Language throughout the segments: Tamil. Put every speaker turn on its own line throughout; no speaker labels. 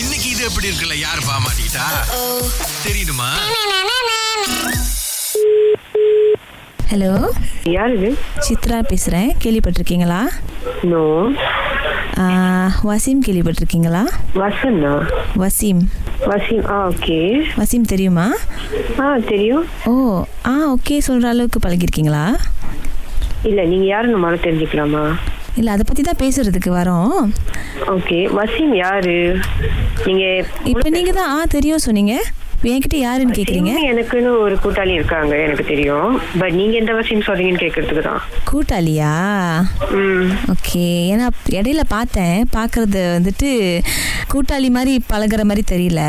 இன்னைக்கு இது எப்படி இருக்குல்ல யார் பாமாட்டா தெரியுமா
ஹலோ
யார் இது
சித்ரா பேசுகிறேன் கேள்விப்பட்டிருக்கீங்களா
நோ
ஆ, வசீம் கேள்விப்பட்டிருக்கீங்களா
வசனா
வசீம்
வசீம் ஆ ஓகே
வசீம் தெரியுமா
ஆ தெரியும்
ஓ ஆ ஓகே சொல்கிற அளவுக்கு பழகிருக்கீங்களா
இல்ல நீங்க யாருன்னு முதல்ல தெரிஞ்சுக்கலாமா
இல்லை அதை பற்றி தான் பேசுகிறதுக்கு வரோம்
ஓகே வசீம் யாரு நீங்க
இப்போ நீங்கள் தான் ஆ தெரியும் சொன்னீங்க இப்ப என்கிட்ட யாருன்னு கேட்குறீங்க
இன்னும் எனக்குன்னு ஒரு கூட்டாளி இருக்காங்க எனக்கு தெரியும் பட் நீங்க எந்த வசீம் சொல்றீங்கன்னு கேக்குறதுக்கு தான்
கூட்டாளியா
ம்
ஓகே ஏன்னா இடையில பார்த்தேன் பார்க்கறது வந்துட்டு கூட்டாளி மாதிரி பழகுற மாதிரி தெரியல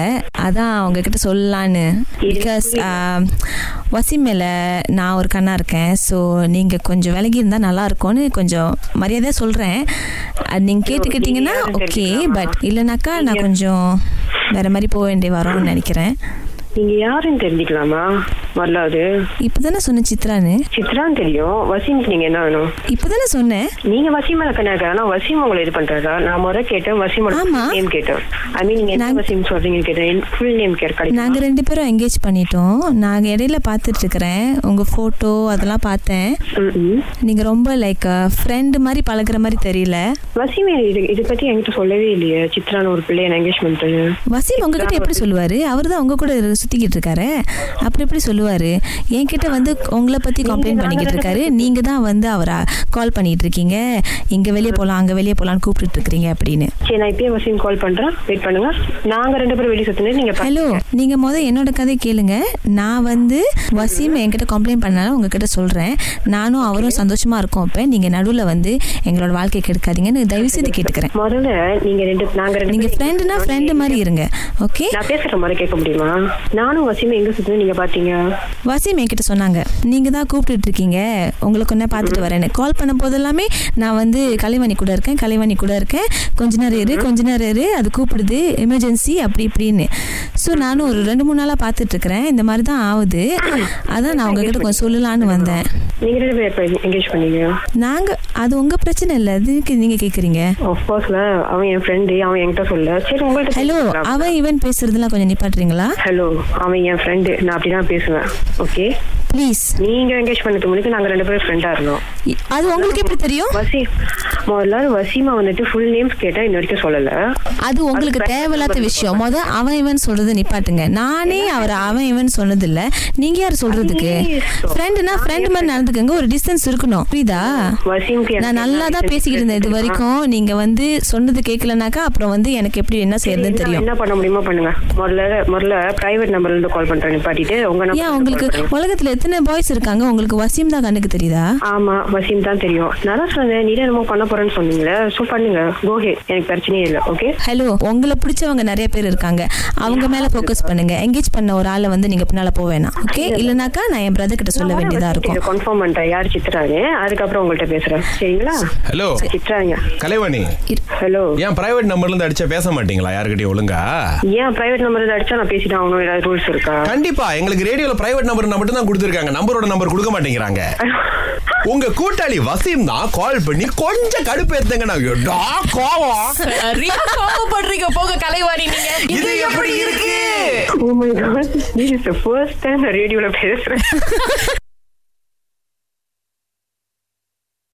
அதான் உங்ககிட்ட சொல்லலான்னு பிகாஸ் வசி மேலே நான் ஒரு கண்ணா இருக்கேன் ஸோ நீங்கள் கொஞ்சம் விலகி இருந்தால் நல்லா இருக்கும்னு கொஞ்சம் மரியாதையாக சொல்கிறேன் நீங்கள் கேட்டுக்கிட்டீங்கன்னா
நீங்க
ஓகே
தெரிஞ்சுக்கலாமா?
பட் இல்லைனாக்கா நான் கொஞ்சம் வேற மாதிரி போக வேண்டிய வரோம்னு நினைக்கிறேன்
நீங்க யாருன்னு தெரிஞ்சுக்கலாமா வரலாறு
இப்போ தானே சொன்னேன் சித்ரான்னு
சித்ரான்னு தெரியும் வசீமுக்கு நீங்க என்ன வேணும்
இப்போ தானே சொன்னேன்
நீங்க வசீம் கண்ணா ஆனா வசீம் உங்களை இது பண்றாரா நான் முறை கேட்டேன் வசீமோட
ஆமா.
நேம் கேட்டேன் ஐ மீன் நீங்க என்ன
நாங்க-
வசீம் சொல்றீங்கன்னு கேட்டேன் ஃபுல் நேம் கேட்க
நாங்கள் ரெண்டு பேரும் என்கேஜ் பண்ணிட்டோம் நாங்கள் இடையில பார்த்துட்டு இருக்கிறேன் உங்கள் ஃபோட்டோ அதெல்லாம் பார்த்தேன்
ம்ம்.
நீங்கள் ரொம்ப லைக் ஃப்ரெண்டு மாதிரி பழகுற மாதிரி தெரியல
வசிமே இது இது பத்தி என்கிட்ட சொல்லவே இல்லையே சித்ரான்னு ஒரு பிள்ளைய என்கேஜ் பண்றது
வசீம் உங்ககிட்ட எப்படி சொல்லுவார் அவர் தான் உங்க கூட இரு- சுத்திக்கிட்டு இருக்காரு அப்புறம் எப்படி சொல்லுவார் என்கிட்ட வந்து உங்களை பற்றி கம்ப்ளைண்ட் பண்ணிக்கிட்டு இருக்காரு நீங்கள் தான் வந்து அவரை கால் பண்ணிட்டு இருக்கீங்க இங்கே வெளியே போகலாம் அங்கே வெளியே போகலான்னு கூப்பிட்டுட்டு இருக்கிறீங்க அப்படின்னு
சரி நான் இப்பயே வசிம் கால் பண்றேன் வெயிட் பண்ணுங்க நாங்க ரெண்டு பேரும் வெளியே சுத்தினே நீங்க பா-
ஹலோ நீங்கள் மொதல் என்னோட கதை கேளுங்க நான் வந்து வசீம் என்கிட்ட கம்ப்ளைண்ட் பண்ணாலும் உங்ககிட்ட சொல்கிறேன் நானும் அவரும் சந்தோஷமாக இருக்கோம் அப்போ நீங்கள் நடுவில் வந்து எங்களோட வாழ்க்கை கெடுக்காதீங்கன்னு தயவுசெய்து கேட்டுக்கிறேன்
முதல்ல நீங்க ரெண்டு நாங்க ரெண்டு
நீங்கள்
பேரும்
ஃப்ரெண்டுனா ஃப்ரெண்டு மாதிரி இருங்க ஓகே
நான் பேசுற மாதிரி கேட்க முடியுமா நானும் வசிமே எங்க சுத்தினே நீங்க பாத்தீங்க
வசீம் என்கிட்ட சொன்னாங்க நீங்கள் தான் கூப்பிட்டுட்டு இருக்கீங்க உங்களுக்கு ஒன்றா பார்த்துட்டு வரேன்னு கால் பண்ண போதெல்லாமே நான் வந்து கலைவாணி கூட இருக்கேன் கலைவாணி கூட இருக்கேன் கொஞ்ச நேரம் இரு கொஞ்ச நேரம் இரு அது கூப்பிடுது எமர்ஜென்சி அப்படி இப்படின்னு ஸோ நானும் ஒரு ரெண்டு மூணு நாளாக பார்த்துட்ருக்குறேன் இந்த மாதிரி தான் ஆகுது அதான் நான் உங்ககிட்ட கொஞ்சம் சொல்லலான்னு வந்தேன்
நீங்க ரெண்டு பேரும் எப்ப என்கேஜ் பண்ணீங்க
நாங்கள் அது உங்கள் பிரச்சனை இல்லை அதுக்கு நீங்கள் கேட்குறீங்க
ஆஃப் கோர்ஸ்ல அவன் என் ஃப்ரெண்டு அவன் என்கிட்ட சொல்ல சரி
ஹலோ
உங்கள்கிட்ட
அவன் இவன் பேசுறதுலாம் கொஞ்சம் நிப்பாட்டுறீங்களா
ஹலோ அவன் என் ஃப்ரெண்டு நான் அப்படிதான் பேசுவேன் ஓகே
ப்ளீஸ்
நீங்க என்கேஜ் பண்ணதுக்கு முன்னாடி நாங்க ரெண்டு பேரும் ஃப்ரெண்டா இருந்தோம்
அது உங்களுக்கு எப்படி தெரியும்
வசீம் முதல்ல வசீமா வந்துட்டு ஃபுல் நேம்ஸ் கேட்டா இன்ன வரைக்கும் சொல்லல
அது உங்களுக்கு தேவையில்லாத விஷயம் முத அவன் இவன் சொல்றது நிப்பாட்டுங்க நானே அவர் அவன் இவன் சொன்னது இல்ல நீங்க யார் சொல்றதுக்கு ஃப்ரெண்டுனா ஃப்ரெண்டு மாதிரி நடந்துக்கங்க ஒரு டிஸ்டன்ஸ் இருக்கணும் புரியுதா
வசீம்க்கு
நான் நல்லா தான் பேசிக்கிட்டு இருந்தேன் இது வரைக்கும் நீங்க வந்து சொன்னது கேட்கலனாக்கா அப்புறம் வந்து எனக்கு எப்படி என்ன செய்யறதுன்னு தெரியும்
என்ன பண்ண முடியுமோ பண்ணுங்க முதல்ல முதல்ல பிரைவேட் நம்பர்ல இருந்து கால் பண்றேன் நிப்பாட்டிட்டு உங்க
ஏன்
நம்பர்
உங்களுக்கு உலகத்துல எத்தனை பாய்ஸ் இருக்காங்க உங்களுக்கு வசியம் தான் கண்ணுக்கு தெரியுதா
ஆமா வசீம் தான் தெரியும் நான் தான் சொன்னேன் நீ என்னமோ பண்ண போறேன்னு சொன்னீங்களே சோ பண்ணுங்க கோஹே எனக்கு பிரச்சனையே இல்லை ஓகே
ஹலோ உங்களை பிடிச்சவங்க நிறைய பேர் இருக்காங்க அவங்க மேல ஃபோக்கஸ் பண்ணுங்க என்கேஜ் பண்ண ஒரு ஆளை வந்து நீங்க பின்னால போக வேணாம் ஓகே இல்லனாக்கா நான் என் பிரதர் கிட்ட சொல்ல வேண்டியதா இருக்கும்
கன்ஃபார்ம் பண்றேன் யார் சித்ரான்னு அதுக்கப்புறம் உங்கள்ட்ட பேசுறேன் சரிங்களா
ஹலோ
சித்ராங்க
கலைவாணி
ஹலோ
ஏன் பிரைவேட் நம்பர்ல இருந்து அடிச்சா பேச மாட்டீங்களா யாருக்கிட்டயும் ஒழுங்கா
ஏன் பிரைவேட் நம்பர் அடிச்சா நான் பேசிட்டு ஆகணும் ஏதாவது ரூல்ஸ் இருக்கா
கண்டிப்பா எங்களுக்கு ரேடியோல பிரைவேட் நம்பர் மட்டும் தான் கொடுத்துருக்காங்க நம்பரோட நம்பர் கொடுக்க மாட்டேங்கிறாங்க உங்க கூட்டாளி வசீம் தான் கால் பண்ணி கொஞ்சம் கடுப்பேத்துங்க நான் கோவம்
சரியா கோவப்படுறீங்க போக கலைவாணி நீங்க
இது எப்படி இருக்கு
Oh my god, this is the first time நான் ரேடியோல பேசுறேன்